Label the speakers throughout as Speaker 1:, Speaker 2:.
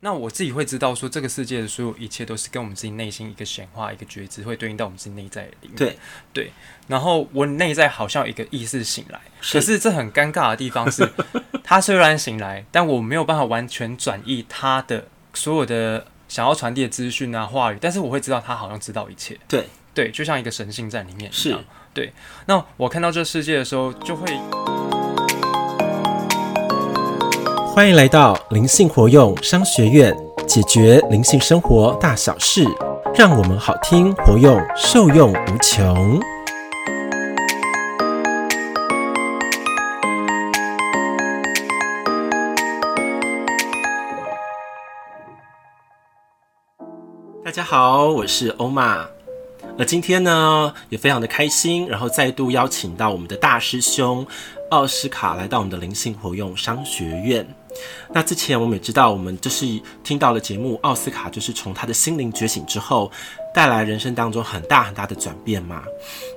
Speaker 1: 那我自己会知道说，这个世界的所有一切都是跟我们自己内心一个显化、一个觉知，会对应到我们自己内在里面。
Speaker 2: 对
Speaker 1: 对，然后我内在好像有一个意识醒来，可是这很尴尬的地方 是，他虽然醒来，但我没有办法完全转译他的所有的想要传递的资讯啊、话语，但是我会知道他好像知道一切。
Speaker 2: 对
Speaker 1: 对，就像一个神性在里面一
Speaker 2: 是
Speaker 1: 样。对，那我看到这世界的时候，就会
Speaker 3: 欢迎来到灵性活用商学院，解决灵性生活大小事，让我们好听活用，受用无穷。大家好，我是欧玛。那今天呢，也非常的开心，然后再度邀请到我们的大师兄奥斯卡来到我们的灵性活用商学院。那之前我们也知道，我们就是听到了节目奥斯卡，就是从他的心灵觉醒之后，带来人生当中很大很大的转变嘛。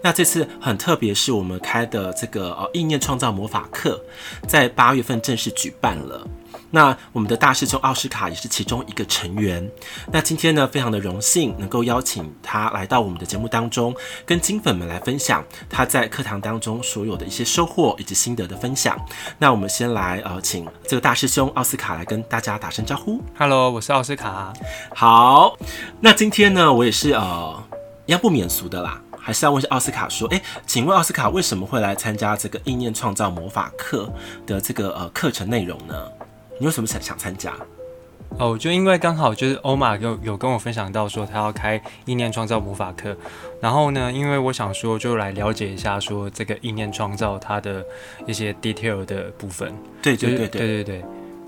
Speaker 3: 那这次很特别，是我们开的这个呃意念创造魔法课，在八月份正式举办了。那我们的大师兄奥斯卡也是其中一个成员。那今天呢，非常的荣幸能够邀请他来到我们的节目当中，跟金粉们来分享他在课堂当中所有的一些收获以及心得的分享。那我们先来呃，请这个大师兄奥斯卡来跟大家打声招呼。
Speaker 1: ，Hello，我是奥斯卡。
Speaker 3: 好，那今天呢，我也是呃，一样不免俗的啦，还是要问一下奥斯卡说，诶，请问奥斯卡为什么会来参加这个意念创造魔法课的这个呃课程内容呢？你为什么想想参加？
Speaker 1: 哦，就因为刚好就是欧玛有有跟我分享到说他要开意念创造魔法课，然后呢，因为我想说就来了解一下说这个意念创造它的一些 detail 的部分，
Speaker 3: 对
Speaker 1: 就
Speaker 3: 对
Speaker 1: 是
Speaker 3: 对对，
Speaker 1: 对对对，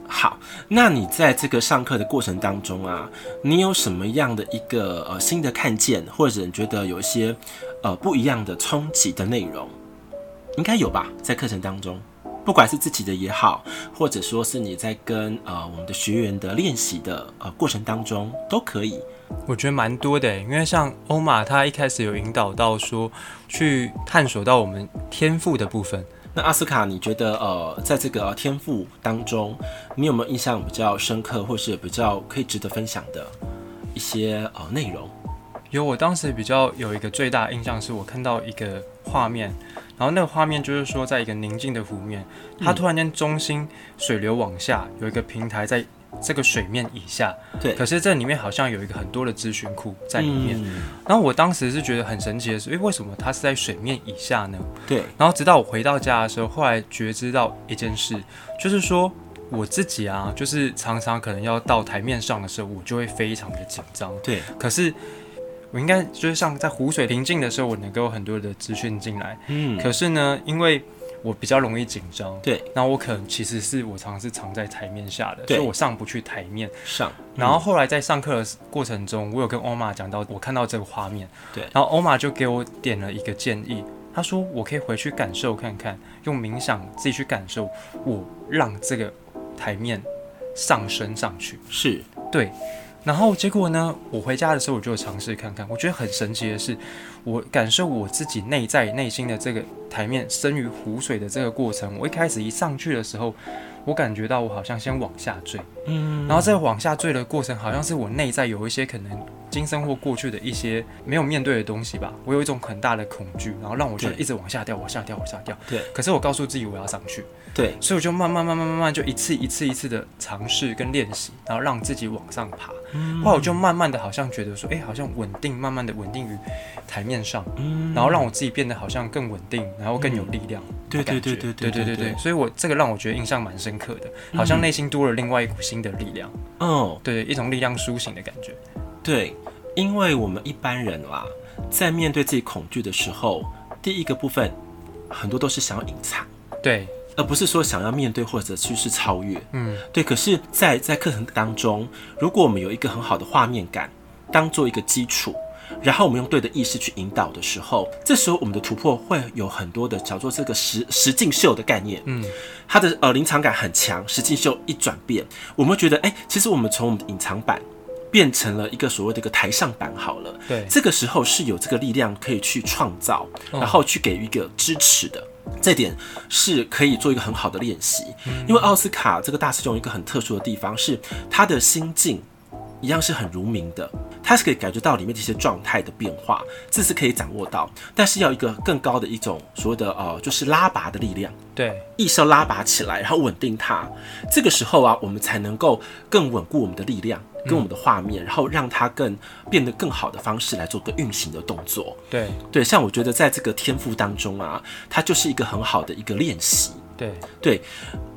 Speaker 3: 好，那你在这个上课的过程当中啊，你有什么样的一个呃新的看见，或者你觉得有一些呃不一样的冲击的内容，应该有吧？在课程当中，不管是自己的也好，或者说是你在跟呃我们的学员的练习的呃过程当中都可以。
Speaker 1: 我觉得蛮多的欸耶，因为像欧玛他一开始有引导到说去探索到我们天赋的部分，
Speaker 3: 那阿斯卡，你觉得呃，在这个呃天赋当中，你有没有印象比较深刻，或是比较可以值得分享的一些呃内容？
Speaker 1: 有，我当时比较有一个最大的印象是我看到一个画面，然后那个画面就是说，在一个宁静的湖面，它突然间中心水流往下，有一个平台在这个水面以下。
Speaker 3: 对
Speaker 1: 可是这里面好像有一个很多的资讯库在里面。
Speaker 3: 嗯
Speaker 1: 然后我当时是觉得很神奇的是，诶，为什么它是在水面以下呢？
Speaker 3: 对，
Speaker 1: 然后直到我回到家的时候，后来觉知到一件事，就是说我自己啊，就是常常可能要到台面上的时候，我就会非常的紧张。
Speaker 3: 对，
Speaker 1: 可是我应该就是像在湖水平静的时候，我能够有很多的资讯进来。
Speaker 3: 嗯，
Speaker 1: 可是呢，因为我比较容易紧张，
Speaker 3: 对，
Speaker 1: 那我可能其实是我常常是藏在台面下的，
Speaker 3: 对嗯
Speaker 1: 所以我上不去台面。
Speaker 3: 上，
Speaker 1: 然后后来在上课的过程中，我有跟欧玛讲到我看到这个画面，
Speaker 3: 对
Speaker 1: 然后欧玛就给我点了一个建议，他说我可以回去感受看看，用冥想自己去感受，我让这个台面上升上去。
Speaker 3: 是，
Speaker 1: 对，然后结果呢，我回家的时候我就有尝试看看，我觉得很神奇的是，我感受我自己内在内心的这个台面生于湖水的这个过程。我一开始一上去的时候，我感觉到我好像先往下坠，
Speaker 3: 嗯，
Speaker 1: 然后在往下坠的过程，好像是我内在有一些可能今生或过去的一些没有面对的东西吧，我有一种很大的恐惧，然后让我就
Speaker 3: 对
Speaker 1: 一直往下掉，往下掉，往下掉。
Speaker 3: 对
Speaker 1: 可是我告诉自己我要上去，
Speaker 3: 对，
Speaker 1: 所以我就慢慢慢慢慢慢就一次一次一次的尝试跟练习，然后让自己往上爬。后来我就慢慢的好像觉得说，哎、好像稳定，慢慢的稳定于台面上，
Speaker 3: 嗯
Speaker 1: 然后让我自己变得好像更稳定，然后更有力量
Speaker 3: 对
Speaker 1: 的
Speaker 3: 对
Speaker 1: 感
Speaker 3: 对
Speaker 1: 觉。
Speaker 3: 对
Speaker 1: 对
Speaker 3: 对
Speaker 1: 对
Speaker 3: 对，嗯
Speaker 1: 所以我这个让我觉得印象蛮深刻的，好像内心多了另外一股新的力量，
Speaker 3: 哦，
Speaker 1: 对，一种力量苏醒的感觉。
Speaker 3: 对，因为我们一般人啦，在面对自己恐惧的时候，第一个部分很多都是想要隐藏，
Speaker 1: 对，
Speaker 3: 而不是说想要面对或者去是超越。
Speaker 1: 嗯，
Speaker 3: 对，可是在，在课程当中，如果我们有一个很好的画面感，当做一个基础，然后我们用对的意识去引导的时候，这时候我们的突破会有很多的叫做这个实实境秀的概念。
Speaker 1: 嗯，
Speaker 3: 它的呃临场感很强，实境秀一转变，我们会觉得哎、其实我们从我们的隐藏版。变成了一个所谓的一个台上版好了，
Speaker 1: 对
Speaker 3: 这个时候是有这个力量可以去创造，然后去给予一个支持的，这点是可以做一个很好的练习，因为奥斯卡这个大师兄有一个很特殊的地方是他的心境一样是很如明的，他是可以感觉到里面的一些状态的变化，这是可以掌握到，但是要一个更高的一种所谓的呃就是拉拔的力量。
Speaker 1: 对，
Speaker 3: 意识要拉拔起来，然后稳定它。这个时候啊，我们才能够更稳固我们的力量跟我们的画面，然后让它更变得更好的方式来做个运行的动作。
Speaker 1: 对，
Speaker 3: 对，像我觉得在这个天赋当中啊，它就是一个很好的一个练习。
Speaker 1: 对，
Speaker 3: 对，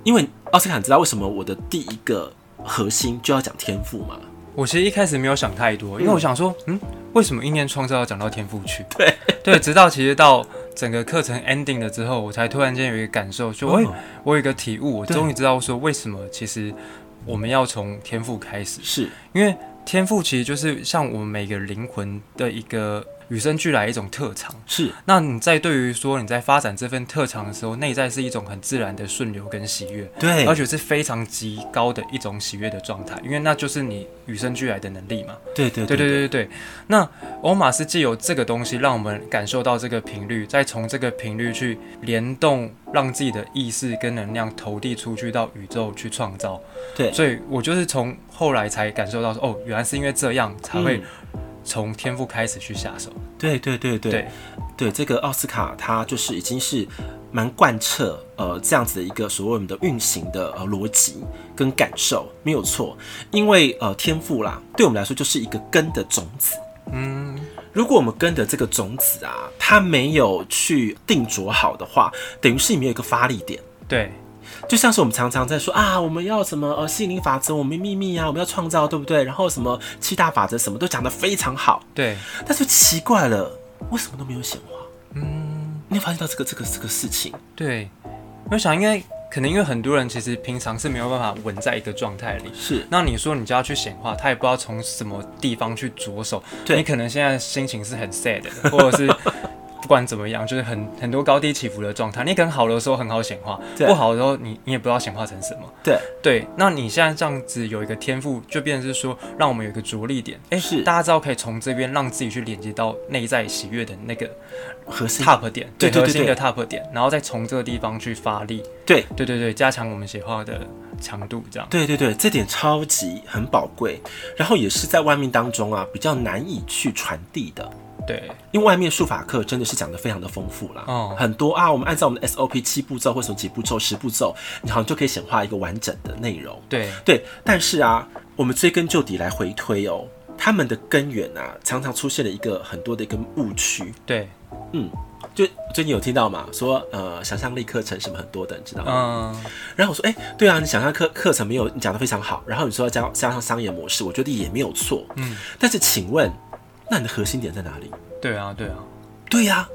Speaker 3: 因为奥斯卡，你知道为什么我的第一个核心就要讲天赋吗？
Speaker 1: 我其实一开始没有想太多，因为我想说，嗯，为什么意念创造要讲到天赋去？
Speaker 3: 对，
Speaker 1: 对，直到其实到整个课程 ending 了之后，我才突然间有一个感受，就我有、
Speaker 3: 哦
Speaker 1: 我有一个体悟，我
Speaker 3: 对
Speaker 1: 终于知道说为什么其实我们要从天赋开始，
Speaker 3: 是
Speaker 1: 因为天赋其实就是像我们每个灵魂的一个与生俱来的一种特长。
Speaker 3: 是，
Speaker 1: 那你在对于说你在发展这份特长的时候，内在是一种很自然的顺流跟喜悦，
Speaker 3: 对
Speaker 1: 而且是非常极高的一种喜悦的状态，因为那就是你与生俱来的能力嘛。
Speaker 3: 对对
Speaker 1: 对对对对对。那欧玛是借由这个东西，让我们感受到这个频率，再从这个频率去联动，让自己的意识跟能量投递出去到宇宙去创造。
Speaker 3: 对
Speaker 1: 所以我就是从后来才感受到说，哦，原来是因为这样才会
Speaker 3: 嗯
Speaker 1: 从天赋开始去下手。
Speaker 3: 对对对对
Speaker 1: 对
Speaker 3: 对，这个奥斯卡它就是已经是蛮贯彻呃这样子的一个所谓我们的运行的呃逻辑跟感受，没有错。因为呃天赋啦，对我们来说就是一个根的种子。
Speaker 1: 嗯，
Speaker 3: 如果我们根的这个种子啊，它没有去定着好的话，等于是你没有一个发力点。
Speaker 1: 对
Speaker 3: 就像是我们常常在说啊，我们要什么呃吸引力法则，我们秘密啊，我们要创造，对不对？然后什么七大法则，什么都讲得非常好，
Speaker 1: 对，
Speaker 3: 但是奇怪了，为什么都没有显化？
Speaker 1: 嗯，
Speaker 3: 你有发现到这个这个这个事情？
Speaker 1: 对。我想应该可能因为很多人其实平常是没有办法稳在一个状态里，
Speaker 3: 是
Speaker 1: 那你说你就要去显化，他也不知道从什么地方去着手。
Speaker 3: 对
Speaker 1: 你可能现在心情是很 sad，的， 或者是不管怎么样，就是很很多高低起伏的状态。你可能好的时候很好显化，
Speaker 3: 对
Speaker 1: 不好的时候你你也不知道显化成什么。
Speaker 3: 对，
Speaker 1: 对，那你现在这样子有一个天赋，就变成是说让我们有一个着力点。哎、
Speaker 3: 是
Speaker 1: 大家知道可以从这边让自己去连接到内在喜悦的那个
Speaker 3: 核心
Speaker 1: top 点，
Speaker 3: 对对对
Speaker 1: 核心的
Speaker 3: 对
Speaker 1: top 点，然后再从这个地方去发力。
Speaker 3: 对
Speaker 1: 对对对，加强我们显化的强度，这样。
Speaker 3: 对对对，这点超级很宝贵，然后也是在外面当中啊比较难以去传递的。
Speaker 1: 对
Speaker 3: 因为外面术法课真的是讲的非常的丰富啦，
Speaker 1: 哦
Speaker 3: 很多啊，我们按照我们的 SOP 七步骤或什么几步骤、十步骤，你好像就可以显化一个完整的内容。
Speaker 1: 对
Speaker 3: 对，但是啊，我们追根究底来回推哦，他们的根源啊，常常出现了一个很多的一个误区。
Speaker 1: 对，
Speaker 3: 就最近有听到嘛，说呃想象力课程什么很多的，你知道吗？
Speaker 1: 嗯，
Speaker 3: 然后我说，哎、对啊，你想象课课程没有你讲的非常好，然后你说要加加上商业模式，我觉得也没有错，
Speaker 1: 嗯，
Speaker 3: 但是请问，那你的核心点在哪里？
Speaker 1: 对啊，对啊，
Speaker 3: 对呀、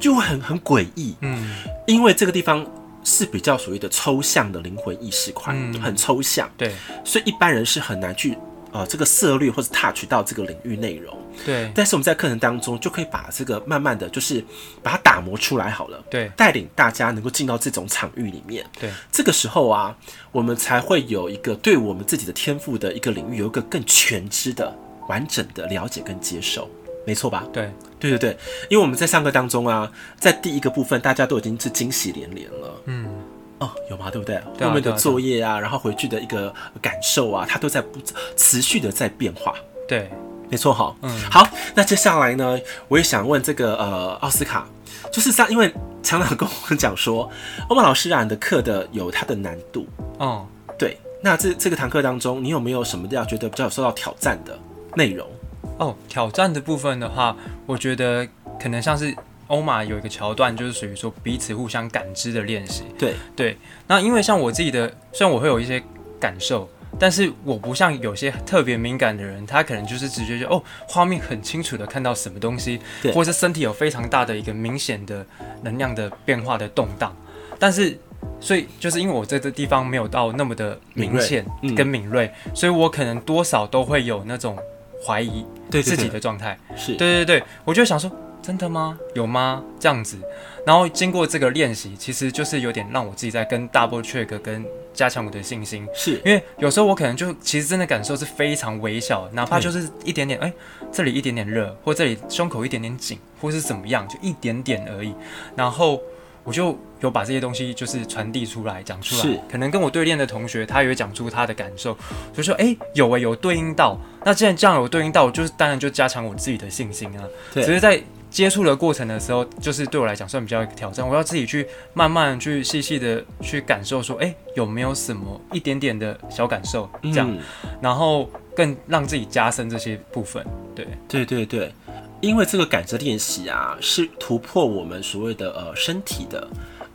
Speaker 3: 就会很很诡异，
Speaker 1: 嗯，
Speaker 3: 因为这个地方是比较所谓的抽象的灵魂意识块，
Speaker 1: 嗯
Speaker 3: 很抽象，
Speaker 1: 对
Speaker 3: 所以一般人是很难去呃这个涉略或者 touch 到这个领域内容。
Speaker 1: 对
Speaker 3: 但是我们在课程当中就可以把这个慢慢的就是把它打磨出来好了，
Speaker 1: 对
Speaker 3: 带领大家能够进到这种场域里面。
Speaker 1: 对
Speaker 3: 这个时候啊，我们才会有一个对我们自己的天赋的一个领域有一个更全知的、完整的了解跟接受，没错吧？
Speaker 1: 对
Speaker 3: 对对对，因为我们在上课当中啊，在第一个部分大家都已经是惊喜连连了。
Speaker 1: 嗯，
Speaker 3: 哦，有吗？对不对？
Speaker 1: 对啊
Speaker 3: 后面的
Speaker 1: 对啊
Speaker 3: 作业啊，然后回去的一个感受啊，它都在不持续的在变化。
Speaker 1: 对，
Speaker 3: 没错哈，
Speaker 1: 嗯
Speaker 3: 好，那接下来呢，我也想问这个呃奥斯卡，就是像因为强长跟我们讲说， 欧曼老师啊，你的课的有它的难度，
Speaker 1: 哦，
Speaker 3: 对，那这这个堂课当中，你有没有什么要觉得比较有受到挑战的内容？
Speaker 1: 哦，挑战的部分的话，我觉得可能像是欧玛有一个桥段，就是属于说彼此互相感知的练习。
Speaker 3: 对，
Speaker 1: 对，那因为像我自己的，虽然我会有一些感受。但是我不像有些特别敏感的人，他可能就是直接就哦，画面很清楚的看到什么东西，
Speaker 3: 对
Speaker 1: 或者是身体有非常大的一个明显的能量的变化的动荡。但是，所以就是因为我在这地方没有到那么的
Speaker 3: 敏
Speaker 1: 明
Speaker 3: 锐
Speaker 1: 显
Speaker 3: 嗯
Speaker 1: 跟敏锐，所以我可能多少都会有那种怀疑，
Speaker 3: 对
Speaker 1: 自己的状态。
Speaker 3: 是，
Speaker 1: 对对对，我就想说，真的吗？有吗？这样子。然后经过这个练习，其实就是有点让我自己在跟 double check，跟加强我的信心。
Speaker 3: 是，
Speaker 1: 因为有时候我可能就其实真的感受是非常微小，哪怕
Speaker 3: 对
Speaker 1: 就是一点点，哎、这里一点点热，或这里胸口一点点紧，或是怎么样，就一点点而已。然后我就有把这些东西就是传递出来，讲出
Speaker 3: 是
Speaker 1: 来。可能跟我对练的同学，他也会讲出他的感受，就说：“哎、有哎、有对应到。”那既然这样有对应到，就是当然就加强我自己的信心啊。
Speaker 3: 对
Speaker 1: 只是在接触的过程的时候，就是对我来讲算比较一个挑战，我要自己去慢慢去细细的去感受，说：“哎、有没有什么一点点的小感受？”这样，
Speaker 3: 嗯
Speaker 1: 然后更让自己加深这些部分。对，
Speaker 3: 对对对，因为这个感知练习啊，是突破我们所谓的呃身体的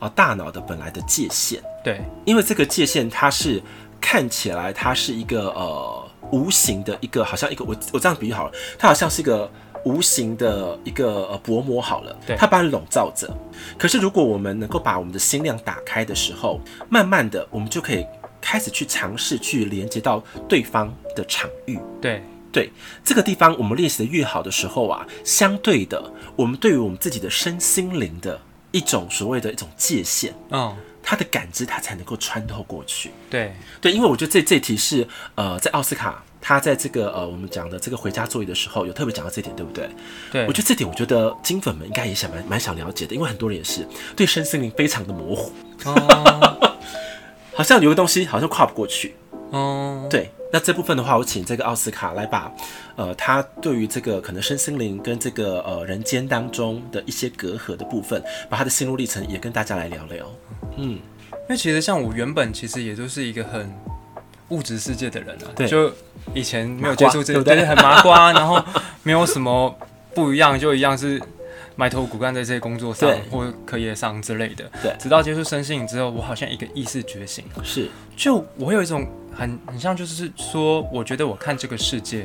Speaker 3: 啊、呃大脑的本来的界限，
Speaker 1: 对，
Speaker 3: 因为这个界限它是看起来它是一个呃无形的一个，好像一个我我这样比喻好了，它好像是一个。无形的一个呃薄膜好了
Speaker 1: 对，
Speaker 3: 它把你笼罩着。可是如果我们能够把我们的心量打开的时候，慢慢的我们就可以开始去尝试去连接到对方的场域。
Speaker 1: 对，
Speaker 3: 对这个地方，我们练习的越好的时候啊，相对的，我们对于我们自己的身心灵的一种所谓的一种界限，
Speaker 1: 嗯，
Speaker 3: 它的感知，它才能够穿透过去。
Speaker 1: 对，
Speaker 3: 对，因为我觉得这这题是呃，在奥斯卡他在这个呃我们讲的这个回家作业的时候，有特别讲到这点，对不对？
Speaker 1: 对，
Speaker 3: 我觉得这点，我觉得金粉们应该也想蛮蛮想了解的，因为很多人也是对身心灵非常的模糊，
Speaker 1: 得，哦，
Speaker 3: 好像有个东西好像跨不过去。
Speaker 1: 哦，
Speaker 3: 对，那这部分的话，我请这个奥斯卡来把，呃，他对于这个可能身心灵跟这个呃人间当中的一些隔阂的部分，把他的心路历程也跟大家来聊聊。嗯，
Speaker 1: 因为其实像我原本其实也就是一个很物质世界的人啊，
Speaker 3: 对
Speaker 1: 就以前没有
Speaker 3: 麻
Speaker 1: 接
Speaker 3: 瓜
Speaker 1: 触这
Speaker 3: 对
Speaker 1: 个，
Speaker 3: 不对
Speaker 1: 对，很麻瓜， 然后没有什么不一样，就一样是埋头苦干在这些工作上
Speaker 3: 对
Speaker 1: 或课业上之类的。
Speaker 3: 对
Speaker 1: 直到接触身心灵之后，我好像一个意识觉醒，
Speaker 3: 是
Speaker 1: 就我有一种很很像，就是说，我觉得我看这个世界，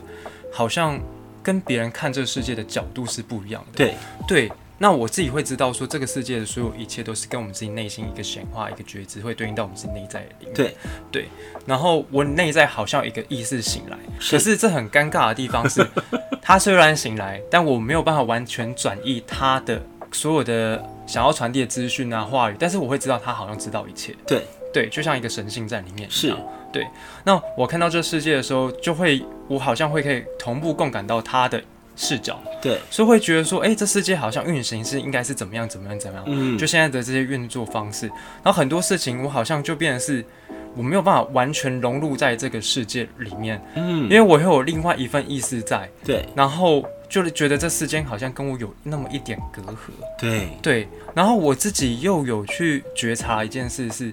Speaker 1: 好像跟别人看这个世界的角度是不一样的。
Speaker 3: 对，
Speaker 1: 对，那我自己会知道说，这个世界的所有一切都是跟我们自己内心一个显化、一个觉知，会对应到我们自己内在里面。
Speaker 3: 对，
Speaker 1: 对，然后我内在好像有一个意识醒来，
Speaker 3: 是
Speaker 1: 可是这很尴尬的地方是，它虽然醒来，但我没有办法完全转译它的所有的想要传递的资讯啊、话语，但是我会知道它好像知道一切。
Speaker 3: 对，
Speaker 1: 对，就像一个神性在里面一
Speaker 3: 是
Speaker 1: 样。那我看到这世界的时候，就会我好像会可以同步共感到他的视角，
Speaker 3: 对，
Speaker 1: 所以会觉得说，哎、这世界好像运行是应该是怎么样怎么样怎么样，
Speaker 3: 嗯，
Speaker 1: 就现在的这些运作方式，然后很多事情我好像就变成是。我没有办法完全融入在这个世界里面，因
Speaker 3: 嗯，
Speaker 1: 为我会有另外一份意识在，
Speaker 3: 对
Speaker 1: 然后就是觉得这世间好像跟我有那么一点隔阂。
Speaker 3: 对
Speaker 1: 对，然后我自己又有去觉察一件事是，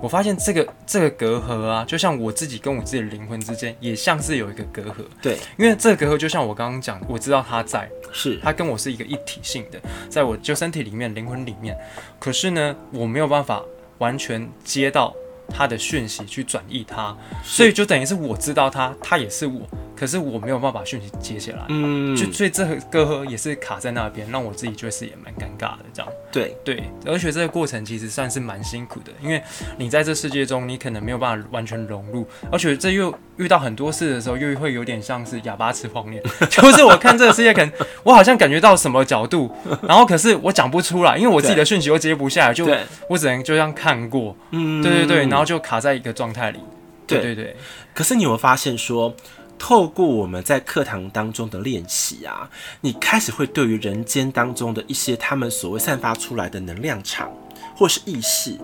Speaker 1: 我发现这个这个隔阂啊，就像我自己跟我自己的灵魂之间，也像是有一个隔阂，
Speaker 3: 对，
Speaker 1: 因为这个隔阂就像我刚刚讲的，我知道它在，
Speaker 3: 是
Speaker 1: 它跟我是一个一体性的，在我就身体里面、灵魂里面，可是呢，我没有办法完全接到它的讯息去转译它，所以就等于是我知道它，它也是我，可是我没有办法把讯息接起来。
Speaker 3: 嗯，
Speaker 1: 就所以这个隔阂也是卡在那边，让我自己就是也蛮尴尬的这样。
Speaker 3: 对
Speaker 1: 对，而且这个过程其实算是蛮辛苦的，因为你在这世界中，你可能没有办法完全融入，而且这又遇到很多事的时候，又会有点像是哑巴吃黄 连，就是我看这个世界，可能我好像感觉到什么角度，然后可是我讲不出来，因为我自己的讯息又接不下来，就
Speaker 3: 对，
Speaker 1: 我只能就这样看过，
Speaker 3: 嗯
Speaker 1: 对对对，然后就卡在一个状态里，对
Speaker 3: 对
Speaker 1: 对对，
Speaker 3: 可是你有没有发现说，透过我们在课堂当中的练习啊，你开始会对于人间当中的一些他们所谓散发出来的能量场或是意识，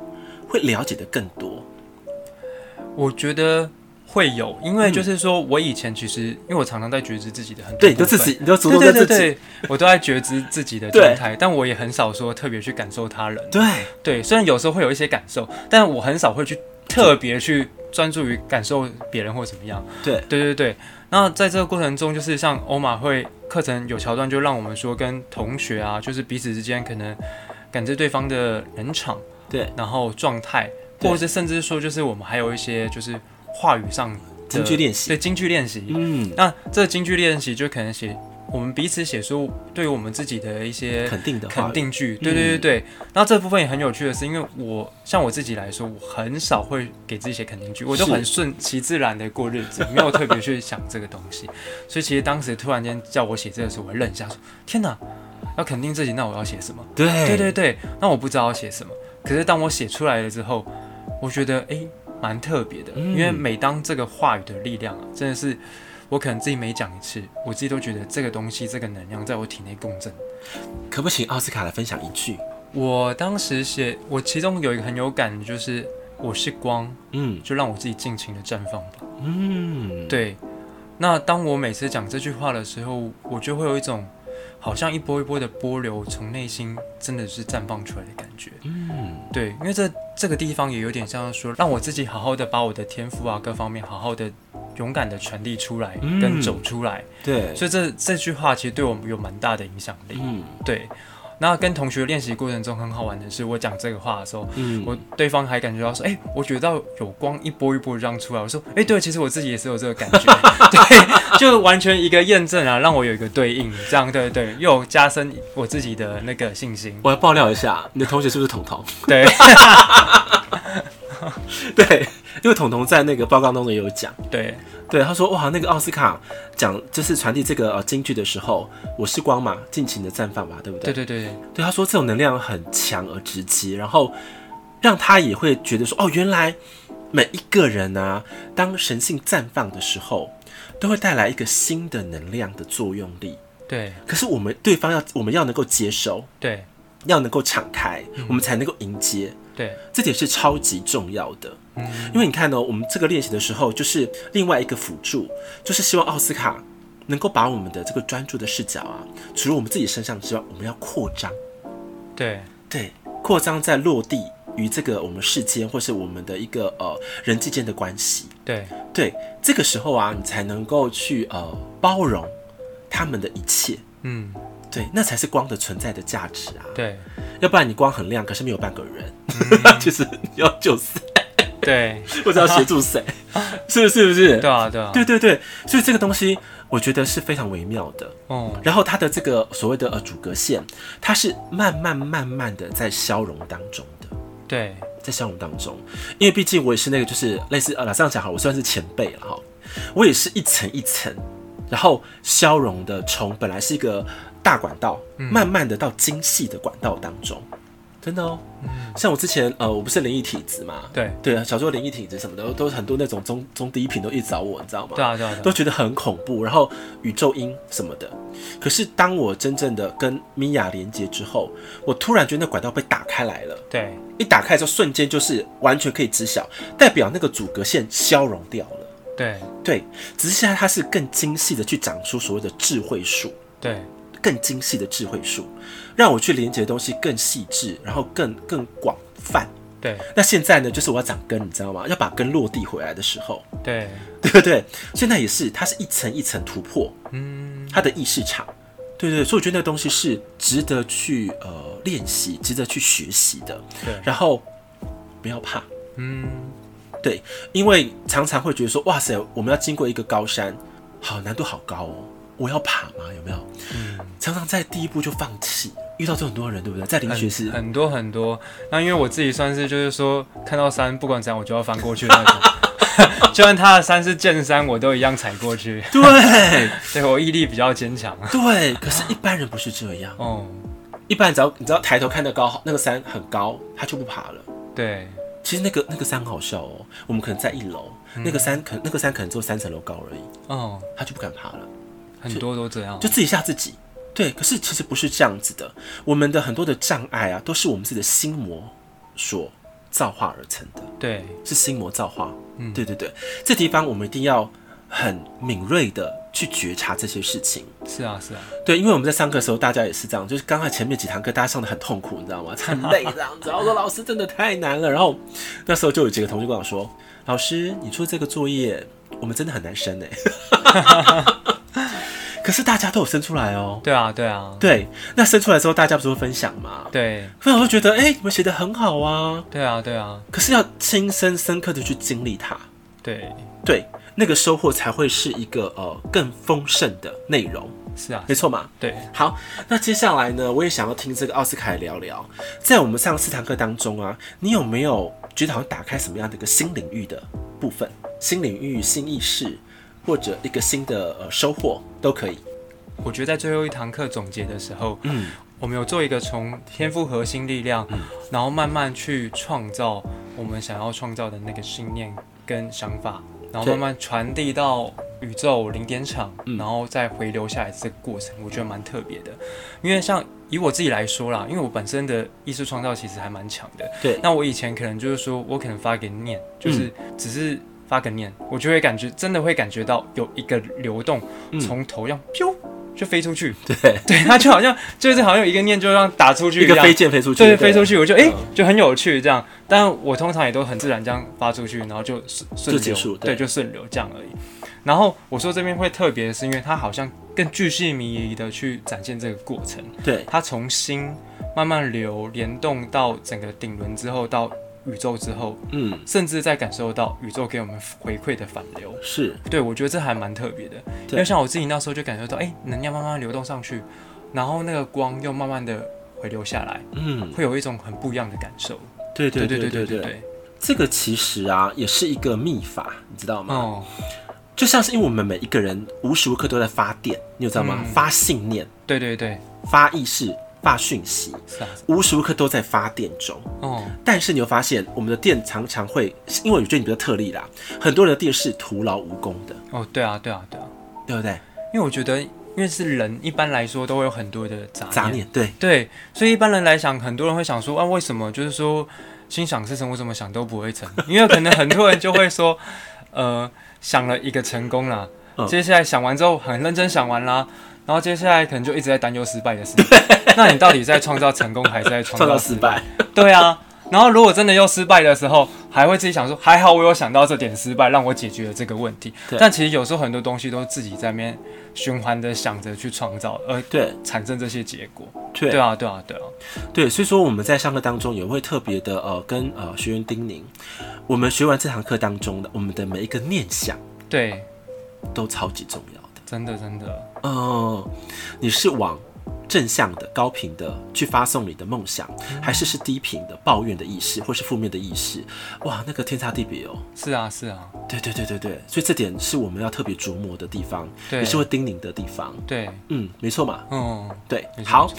Speaker 3: 会了解的更多。
Speaker 1: 我觉得。会有，因为就是说，我以前其实，因为我常常在觉知自己的很多
Speaker 3: 嗯对，你都
Speaker 1: 部
Speaker 3: 自
Speaker 1: 分
Speaker 3: 己，你都主
Speaker 1: 对
Speaker 3: 动
Speaker 1: 对
Speaker 3: 在
Speaker 1: 对
Speaker 3: 自己，
Speaker 1: 对，我都在觉知自己的状态，但我也很少说特别去感受他人。
Speaker 3: 对
Speaker 1: 对，虽然有时候会有一些感受，但我很少会去特别去专注于感受别人或怎么样。
Speaker 3: 对
Speaker 1: 对对对。那在这个过程中，就是像欧马会课程有桥段，就让我们说跟同学啊，就是彼此之间可能感知对方的人场，
Speaker 3: 对，
Speaker 1: 然后状态，
Speaker 3: 对
Speaker 1: 或者甚至说就是我们还有一些就是话语上的
Speaker 3: 京剧练习
Speaker 1: 对京剧练习，
Speaker 3: 嗯，
Speaker 1: 那这京剧练习就可能写我们彼此写出对于我们自己的一些
Speaker 3: 肯定的话
Speaker 1: 肯
Speaker 3: 语，嗯
Speaker 1: 定句，对对对对。那这部分也很有趣的是，因为我像我自己来说，我很少会给自己写肯定句，我都
Speaker 3: 是
Speaker 1: 很顺其自然的过日子，没有特别去想这个东西。所以其实当时突然间叫我写这个时候，我会愣一下说：“天哪，要肯定自己，那我要写什么？”
Speaker 3: 对
Speaker 1: 对对对，那我不知道要写什么。可是当我写出来了之后，我觉得诶蛮特别的，
Speaker 3: 嗯
Speaker 1: 因为每当这个话语的力量啊，真的是我可能自己每讲一次，我自己都觉得这个东西这个能量在我体内共振。
Speaker 3: 可不可以请奥斯卡来分享一句？
Speaker 1: 我当时写，我其中有一个很有感的就是我是光，
Speaker 3: 嗯
Speaker 1: 就让我自己尽情的绽放吧。
Speaker 3: 嗯，，
Speaker 1: 对，那当我每次讲这句话的时候，我就会有一种好像一波一波的波流从内心真的是绽放出来的感觉。
Speaker 3: 嗯
Speaker 1: 对，因为这这个地方也有点像是说，让我自己好好的把我的天赋啊各方面好好的勇敢的传递出来，
Speaker 3: 嗯
Speaker 1: 跟走出来。
Speaker 3: 对，
Speaker 1: 所以这这句话其实对我们有蛮大的影响力。
Speaker 3: 嗯
Speaker 1: 对，那跟同学练习过程中很好玩的是，我讲这个话的时候，
Speaker 3: 嗯
Speaker 1: 我对方还感觉到说，哎、我觉得到有光一波一波这样出来。我说，哎、对，其实我自己也是有这个感觉， 对，就完全一个验证啊，让我有一个对应，这样对对，又有加深我自己的那个信心，
Speaker 3: 我要爆料一下，你的同学是不是彤彤？
Speaker 1: 对
Speaker 3: 对，因为彤彤在那个报告当中也有讲，
Speaker 1: 对，
Speaker 3: 对，他说哇，那个奥斯卡讲就是传递这个呃京剧的时候，我是光嘛，尽情的绽放嘛，对不
Speaker 1: 对
Speaker 3: 对？
Speaker 1: 对对对，
Speaker 3: 对，他说这种能量很强而直接，然后让他也会觉得说，哦，原来每一个人啊，当神性绽放的时候，都会带来一个新的能量的作用力。
Speaker 1: 对
Speaker 3: 可是我们对方要我们要能够接收，
Speaker 1: 对
Speaker 3: 要能够敞开，我们才能够迎接，
Speaker 1: 对，
Speaker 3: 这点是超级重要的。
Speaker 1: 嗯，
Speaker 3: 因为你看哦呢、我们这个练习的时候，就是另外一个辅助，就是希望奥斯卡能够把我们的这个专注的视角啊，除了我们自己身上之外，我们要扩张。
Speaker 1: 对
Speaker 3: 对，扩张在落地与这个我们世间或是我们的一个呃人际间的关系。
Speaker 1: 对
Speaker 3: 对，这个时候啊，你才能够去呃包容他们的一切。
Speaker 1: 嗯
Speaker 3: 对，那才是光的存在的价值啊！
Speaker 1: 对
Speaker 3: 要不然你光很亮，可是没有半个人， 就是要救谁，
Speaker 1: 对
Speaker 3: 或者要协 助谁，是不是？是不是？
Speaker 1: 对啊对啊，
Speaker 3: 对对对，所以这个东西我觉得是非常微妙的。
Speaker 1: 哦
Speaker 3: 然后它的这个所谓的呃阻隔线，它是慢慢慢慢的在消融当中的。
Speaker 1: 对
Speaker 3: 在相融当中，因为毕竟我也是那个就是类似呃，这样讲好了，我算是前辈了哈，我也是一层一层，然后消融的从本来是一个大管道，
Speaker 1: 嗯
Speaker 3: 慢慢的到精细的管道当中，真的哦。
Speaker 1: 嗯
Speaker 3: 像我之前呃，我不是灵异体质嘛，
Speaker 1: 对
Speaker 3: 对啊，小时候灵异体质什么的，都很多那种中中低频都一直找我，你知道吗？
Speaker 1: 对啊对啊
Speaker 3: 都
Speaker 1: 对啊，
Speaker 3: 觉得很恐怖，然后宇宙音什么的。可是当我真正的跟米娅连接之后，我突然觉得那管道被打开来了。
Speaker 1: 对
Speaker 3: 一打开之后，瞬间就是完全可以知晓，代表那个阻隔线消融掉了。
Speaker 1: 对
Speaker 3: 对，只是现在它是更精细的去长出所谓的智慧树，
Speaker 1: 对
Speaker 3: 更精细的智慧树，让我去连接的东西更细致，然后更更广泛。
Speaker 1: 对
Speaker 3: 那现在呢，就是我要长根，你知道吗？要把根落地回来的时候，
Speaker 1: 对，
Speaker 3: 对不对？现在也是，它是一层一层突破
Speaker 1: 嗯
Speaker 3: 它的意识场。对对，所以我觉得那东西是值得去呃练习，值得去学习的。
Speaker 1: 对
Speaker 3: 然后不要怕，
Speaker 1: 嗯
Speaker 3: 对，因为常常会觉得说，哇塞，我们要经过一个高山，好难度好高哦，我要爬吗？有没有？
Speaker 1: 嗯，
Speaker 3: 常常在第一步就放弃，遇到这很多人，对不对？在灵学
Speaker 1: 很
Speaker 3: 师，
Speaker 1: 很多很多。那因为我自己算是就是说，看到山不管怎样我就要翻过去的 那种，就算它的山是剑山，我都一样踩过去。
Speaker 3: 对
Speaker 1: 对我毅力比较坚强。啊
Speaker 3: 对，可是一般人不是这样，
Speaker 1: 哦，
Speaker 3: 一般人只要你只要抬头看那高那个山很高，他就不爬了。
Speaker 1: 对
Speaker 3: 其实那个那个山很好笑哦，我们可能在一楼，那个山可那个山可能只有三层楼高而已，
Speaker 1: 哦，
Speaker 3: 他就不敢爬了。
Speaker 1: 很多都这样
Speaker 3: 就。自己吓自己。对，可是其实不是这样子的，我们的很多的障碍啊，都是我们自己的心魔所造化而成的，
Speaker 1: 对
Speaker 3: 是心魔造化。
Speaker 1: 嗯
Speaker 3: 对对对，这地方我们一定要很敏锐的去觉察这些事情。
Speaker 1: 是啊是啊，
Speaker 3: 对，因为我们在上课的时候，大家也是这样，就是刚才前面几堂课大家上的很痛苦，你知道吗？ 很累这样子。然后说老师真的太难了，然后那时候就有几个同学跟我说，老师你出这个作业，我们真的很难生哎、 可是大家都有生出来哦，
Speaker 1: 对啊对啊，
Speaker 3: 对，那生出来之后，大家不是会分享吗？
Speaker 1: 对
Speaker 3: 分享就觉得，哎、你们写的很好啊，
Speaker 1: 对啊对啊
Speaker 3: 可是要亲身深刻的去经历它，
Speaker 1: 对，
Speaker 3: 对，那个收获才会是一个呃更丰盛的内容，
Speaker 1: 是啊
Speaker 3: 没错嘛。
Speaker 1: 对
Speaker 3: 好，那接下来呢，我也想要听这个奥斯卡来聊聊，在我们上四堂课当中啊，你有没有觉得好像打开什么样的一个新领域的部分，新领域、新意识，或者一个新的呃收获都可以。
Speaker 1: 我觉得在最后一堂课总结的时候，
Speaker 3: 嗯，
Speaker 1: 我们有做一个从天赋核心力量，然后慢慢去创造我们想要创造的那个信念跟想法，然后
Speaker 3: 对
Speaker 1: 慢慢传递到宇宙零点场
Speaker 3: 嗯，
Speaker 1: 然后再回流下来这个过程，我觉得蛮特别的。因为像以我自己来说啦，因为我本身的艺术创造其实还蛮强的。
Speaker 3: 对嗯
Speaker 1: 那我以前可能就是说我可能发给念，就是只是发个念，我就会感觉真的会感觉到有一个流动
Speaker 3: 嗯
Speaker 1: 从头让飘就飞出去，
Speaker 3: 对，
Speaker 1: 对，它就好像就是好像有一个念就让打出去
Speaker 3: 一
Speaker 1: 一
Speaker 3: 个
Speaker 1: 样，
Speaker 3: 飞箭飞出去，
Speaker 1: 对，飞出
Speaker 3: 去
Speaker 1: 去，我就哎、
Speaker 3: 嗯
Speaker 1: 就很有趣这样。但我通常也都很自然这样发出去，然后就顺顺
Speaker 3: 就结
Speaker 1: 流
Speaker 3: 束，
Speaker 1: 对，
Speaker 3: 对
Speaker 1: 就顺流这样而已。然后我说这边会特别，是因为它好像更巨细靡遗的去展现这个过程，
Speaker 3: 对，
Speaker 1: 它从心慢慢流联动到整个顶轮之后，到宇宙之后，
Speaker 3: 嗯，
Speaker 1: 甚至在感受到宇宙给我们回馈的反流。
Speaker 3: 是
Speaker 1: 对，我觉得这还蛮特别的，
Speaker 3: 对
Speaker 1: 因为像我自己那时候就感受到，哎、能量慢慢流动上去，然后那个光又慢慢的回流下来。
Speaker 3: 嗯，
Speaker 1: 会有一种很不一样的感受。
Speaker 3: 对对
Speaker 1: 对
Speaker 3: 对
Speaker 1: 对对
Speaker 3: 对对，这个其实啊也是一个秘法，你知道吗？
Speaker 1: 哦，
Speaker 3: 就像是因为我们每一个人无时无刻都在发电，你有知道吗？
Speaker 1: 嗯
Speaker 3: 发信念、
Speaker 1: 对对对，
Speaker 3: 发意识、发讯息，
Speaker 1: 是啊，
Speaker 3: 无时无刻都在发电中。
Speaker 1: 哦，
Speaker 3: 但是你会发现，我们的电常常会，因为我觉得你比较特例啦，很多人的电是徒劳无功的，
Speaker 1: 哦，对啊，对啊，对啊，
Speaker 3: 对不对？
Speaker 1: 因为我觉得，因为是人，一般来说都会有很多的杂念。
Speaker 3: 杂念，对
Speaker 1: 对，所以一般人来想，很多人会想说，啊，为什么就是说心想事成，我怎么想都不会成？因为可能很多人就会说，呃，想了一个成功啦，
Speaker 3: 嗯
Speaker 1: 接下来想完之后很认真想完啦，然后接下来可能就一直在担忧失败的事。 那你到底在创造成功，还是在创
Speaker 3: 创
Speaker 1: 造
Speaker 3: 造
Speaker 1: 失
Speaker 3: 失败，
Speaker 1: 对啊，然后如果真的又失败的时候，还会自己想说，还好我有想到这点失败，让我解决了这个问题
Speaker 3: 对。
Speaker 1: 但其实有时候很多东西都自己在那边循环的想着去创造，而
Speaker 3: 对
Speaker 1: 产生这些结果。
Speaker 3: 对
Speaker 1: 对啊，对啊，对啊，
Speaker 3: 对，所以说我们在上课当中也会特别的呃跟呃学员叮咛，我们学完这堂课当中的我们的每一个念想
Speaker 1: 对，
Speaker 3: 都超级重要的。
Speaker 1: 真的真的，
Speaker 3: 哦、你是往正向的、高频的去发送你的梦想，还是是低频的抱怨的意识，或是负面的意识？哇，那个天差地别哦。
Speaker 1: 是啊是啊，
Speaker 3: 对对对对对，所以这点是我们要特别琢磨的地方，
Speaker 1: 对
Speaker 3: 也是会叮咛的地方。
Speaker 1: 对，
Speaker 3: 嗯，没错嘛。
Speaker 1: 嗯，
Speaker 3: 对
Speaker 1: 没，错
Speaker 3: 好，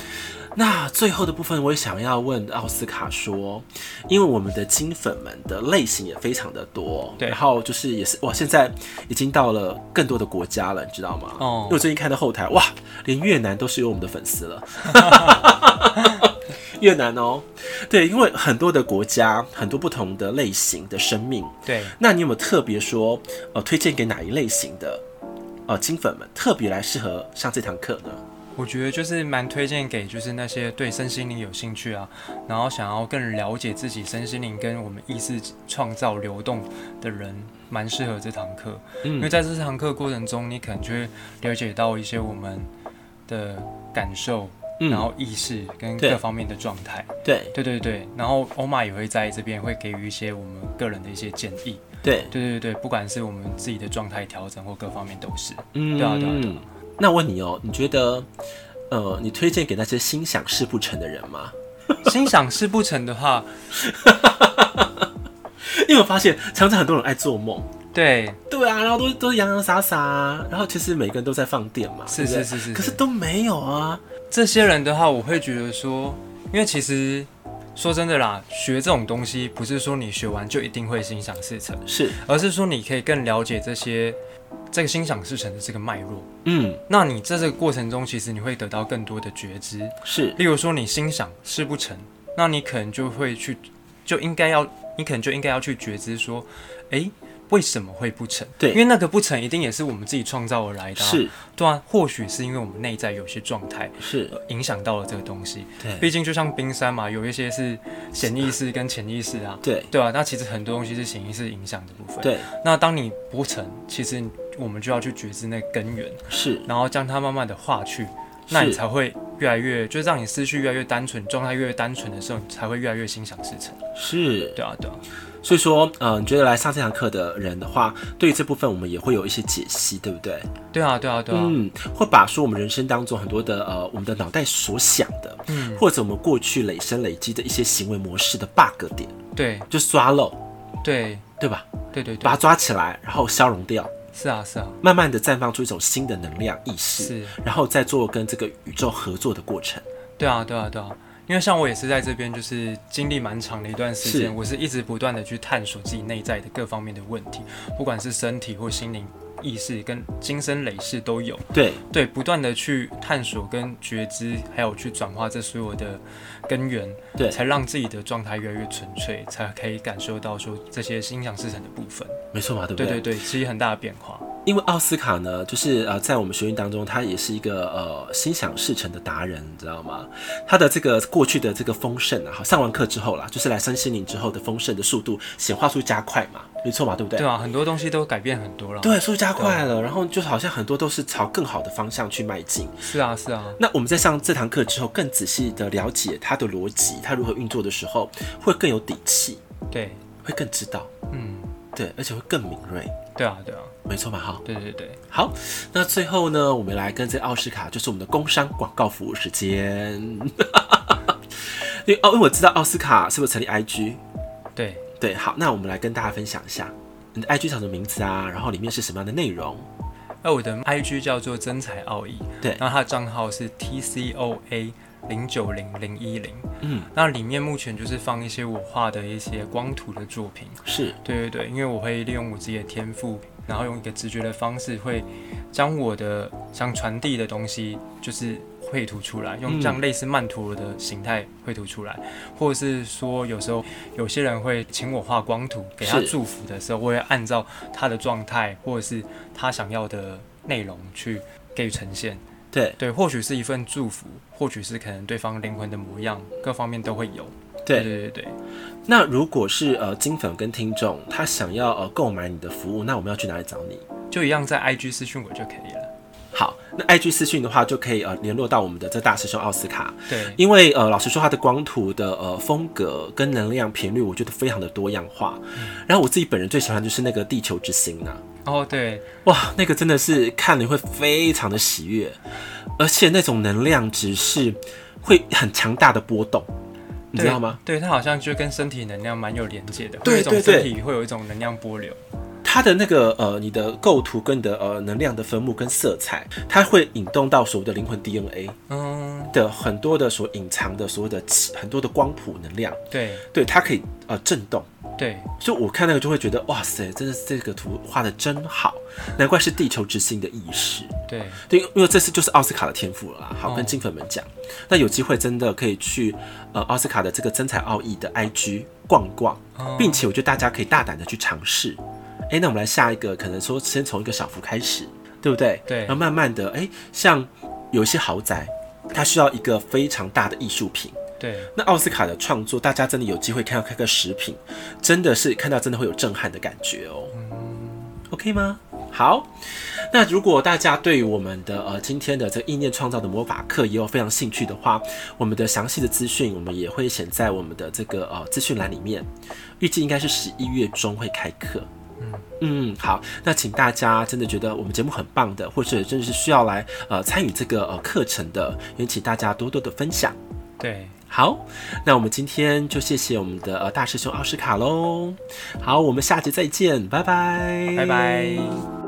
Speaker 3: 那最后的部分，我也想要问奥斯卡说，因为我们的金粉们的类型也非常的多，
Speaker 1: 对
Speaker 3: 然后就是也是哇，现在已经到了更多的国家了，你知道吗？
Speaker 1: 哦
Speaker 3: 因为我最近看到后台，哇，连越南都是有我们的粉 丝了。越南哦，对，因为很多的国家，很多不同的类型的生命，
Speaker 1: 对，
Speaker 3: 那你有没有特别说，呃，推荐给哪一类型的，呃，金粉们特别来适合上这堂课呢？
Speaker 1: 我觉得就是蛮推荐给就是那些对身心灵有兴趣啊，然后想要更了解自己身心灵跟我们意识创造流动的人，蛮适合这堂课。
Speaker 3: 嗯
Speaker 1: 因为在这堂课过程中，你可能就会了解到一些我们的感受，
Speaker 3: 嗯
Speaker 1: 然后意识跟
Speaker 3: 对
Speaker 1: 各方面的状态。
Speaker 3: 对
Speaker 1: 对对对，然后欧玛也会在这边会给予一些我们个人的一些建议。
Speaker 3: 对，
Speaker 1: 对对对，不管是我们自己的状态调整或各方面都是。
Speaker 3: 嗯
Speaker 1: 对啊对啊对啊
Speaker 3: 那我问你哦，你觉得，呃，你推荐给那些心想事不成的人吗？
Speaker 1: 心想事不成的话，
Speaker 3: 因为我发现常常很多人爱做梦，
Speaker 1: 对，
Speaker 3: 对啊，然后都都洋洋洒洒啊，然后其实每个人都在放电嘛，
Speaker 1: 是
Speaker 3: 对不对
Speaker 1: 是是是是
Speaker 3: 可是都没有啊，
Speaker 1: 这些人的话，我会觉得说，因为其实说真的啦，学这种东西不是说你学完就一定会心想事成，
Speaker 3: 是，
Speaker 1: 而是说你可以更了解这些这个心想事成的这个脉络。
Speaker 3: 嗯，
Speaker 1: 那你在这个过程中，其实你会得到更多的觉知。
Speaker 3: 是，
Speaker 1: 例如说，你心想事不成，那你可能就会去，就应该要，你可能就应该要去觉知说，诶，为什么会不成？
Speaker 3: 对
Speaker 1: 因为那个不成一定也是我们自己创造而来的、啊。，
Speaker 3: 是
Speaker 1: 对啊，或许是因为我们内在有些状态，
Speaker 3: 是，
Speaker 1: 呃影响到了这个东西。
Speaker 3: 对
Speaker 1: 毕竟就像冰山嘛，有一些是潜意识跟潜意识啊，
Speaker 3: 对
Speaker 1: 对啊，那其实很多东西是潜意识影响的部分。，
Speaker 3: 对
Speaker 1: 那当你不成，其实我们就要去觉知那个根源，
Speaker 3: 是，
Speaker 1: 然后将它慢慢的化去，那你
Speaker 3: 是
Speaker 1: 才会越来越，就是让你思绪越来越单纯，状态越来越单纯的时候，你才会越来越心想事成。
Speaker 3: 是。
Speaker 1: 对啊，对啊，
Speaker 3: 所以说，呃，你觉得来上这堂课的人的话，对于这部分我们也会有一些解析，对不对？
Speaker 1: 对啊，对啊，对啊，
Speaker 3: 嗯，会把说我们人生当中很多的呃，我们的脑袋所想的，
Speaker 1: 嗯
Speaker 3: 或者我们过去累生累积的一些行为模式的 bug 点，
Speaker 1: 对
Speaker 3: 就抓漏，
Speaker 1: 对
Speaker 3: 对吧？
Speaker 1: 对对对
Speaker 3: 把它，嗯抓起来，然后消融掉，
Speaker 1: 是啊是啊
Speaker 3: 慢慢的绽放出一种新的能量意识，
Speaker 1: 是。
Speaker 3: 然后再做跟这个宇宙合作的过程。
Speaker 1: 对啊，对啊，对啊，因为像我也是在这边，就是经历蛮长的一段时间，
Speaker 3: 是
Speaker 1: 我是一直不断的去探索自己内在的各方面的问题，不管是身体或心灵意识跟今生累世都有，
Speaker 3: 对，
Speaker 1: 对，不断的去探索跟觉知，还有去转化这所有的根源，
Speaker 3: 对
Speaker 1: 才让自己的状态越来越纯粹，才可以感受到说这些心想事成的部分。
Speaker 3: 没错嘛，对不
Speaker 1: 对对对，是一个很大的变化。
Speaker 3: 因为奥斯卡呢，就是呃，在我们学院当中，他也是一个呃心想事成的达人，你知道吗？他的这个过去的这个丰盛啊，好上完课之后啦，就是来身心灵之后的丰盛的速度显化速加快嘛，没错嘛，对不对？
Speaker 1: 对啊，很多东西都改变很多了。，
Speaker 3: 对，速度加快了，然后就好像很多都是朝更好的方向去迈进。
Speaker 1: 是啊是啊，
Speaker 3: 那我们在上这堂课之后，更仔细的了解它的逻辑，它如何运作的时候，会更有底气，
Speaker 1: 对，
Speaker 3: 会更知道，
Speaker 1: 嗯，
Speaker 3: 对，而且会更敏锐，
Speaker 1: 对啊对啊，
Speaker 3: 没错嘛，哈。
Speaker 1: 对对对，
Speaker 3: 好，那最后呢，我们来跟这奥斯卡，就是我们的工商广告服务时 间。因为哦，因为我知道奥斯卡是不是成立 IG？
Speaker 1: 对，
Speaker 3: 对，好，那我们来跟大家分享一下你的 IG 叫什么名字啊？然后里面是什么样的内容？
Speaker 1: 那我的 IG 叫做真才奥义，
Speaker 3: 对
Speaker 1: 然后他的账号是 T C O A 零九零零一零，
Speaker 3: 嗯，
Speaker 1: 那里面目前就是放一些我画的一些光图的作品，
Speaker 3: 是
Speaker 1: 对对对，因为我会利用我自己的天赋，然后用一个直觉的方式，会将我的想传递的东西，就是绘图出来，用这样类似曼陀罗的形态绘图出来，或者是说有时候有些人会请我画光图，给他
Speaker 3: 是
Speaker 1: 祝福的时候，我会按照他的状态或者是他想要的内容去给予呈现。
Speaker 3: 对
Speaker 1: 对，或许是一份祝福，或许是可能对方灵魂的模样，各方面都会有。
Speaker 3: 对。
Speaker 1: 对对对，
Speaker 3: 那如果是呃金粉跟听众，他想要呃购买你的服务，那我们要去哪里找你？
Speaker 1: 就一样在 IG 私讯我就可以了。
Speaker 3: 好，那 IG 私讯的话，就可以呃联络到我们的这大师兄奥斯卡。
Speaker 1: 对，
Speaker 3: 因为呃，老实说，它的光图的呃风格跟能量频率，我觉得非常的多样化。然后我自己本人最喜欢就是那个地球之星啊，
Speaker 1: 哦对，
Speaker 3: 哇，那个真的是看了会非常的喜悦，而且那种能量值是会很强大的波动，你知
Speaker 1: 对
Speaker 3: 道吗？？
Speaker 1: 对，它好像就跟身体能量蛮有连接的，会
Speaker 3: 对
Speaker 1: 有一种
Speaker 3: 对对
Speaker 1: 身体会有一种能量波流。
Speaker 3: 它的那个呃，你的构图跟你的呃能量的分布跟色彩，它会引动到所谓的灵魂 DNA
Speaker 1: 嗯，
Speaker 3: 的很多的所隐藏的所谓的气很多的光谱能量，
Speaker 1: 对
Speaker 3: 对它可以呃震动。
Speaker 1: 对
Speaker 3: 所以我看那个就会觉得，哇塞，真的是这个图画的真好，难怪是地球之星的意识。
Speaker 1: 对，
Speaker 3: 对，因为这次就是奥斯卡的天赋了啦。好，
Speaker 1: 哦
Speaker 3: 跟金粉们讲，那有机会真的可以去呃奥斯卡的这个真才奥义的 IG 逛逛，
Speaker 1: 哦
Speaker 3: 并且我觉得大家可以大胆的去尝试。哎，那我们来下一个，可能说先从一个小幅开始，对不对？
Speaker 1: 对
Speaker 3: 然后慢慢的，哎，像有一些豪宅，它需要一个非常大的艺术品。
Speaker 1: 对
Speaker 3: 那奥斯卡的创作，大家真的有机会看到看个食品，真的是看到真的会有震撼的感觉哦。OK 吗？好，那如果大家对我们的呃今天的这个意念创造的魔法课也有非常兴趣的话，我们的详细的资讯我们也会写在我们的这个呃资讯栏里面，预计应该是十一月中会开课。嗯，好，那请大家真的觉得我们节目很棒的，或者真的是需要来呃参与这个呃课程的，也请大家多多的分享。
Speaker 1: 对，
Speaker 3: 好，那我们今天就谢谢我们的呃大师兄奥斯卡喽。好，我们下集再见，拜拜，
Speaker 1: 拜拜。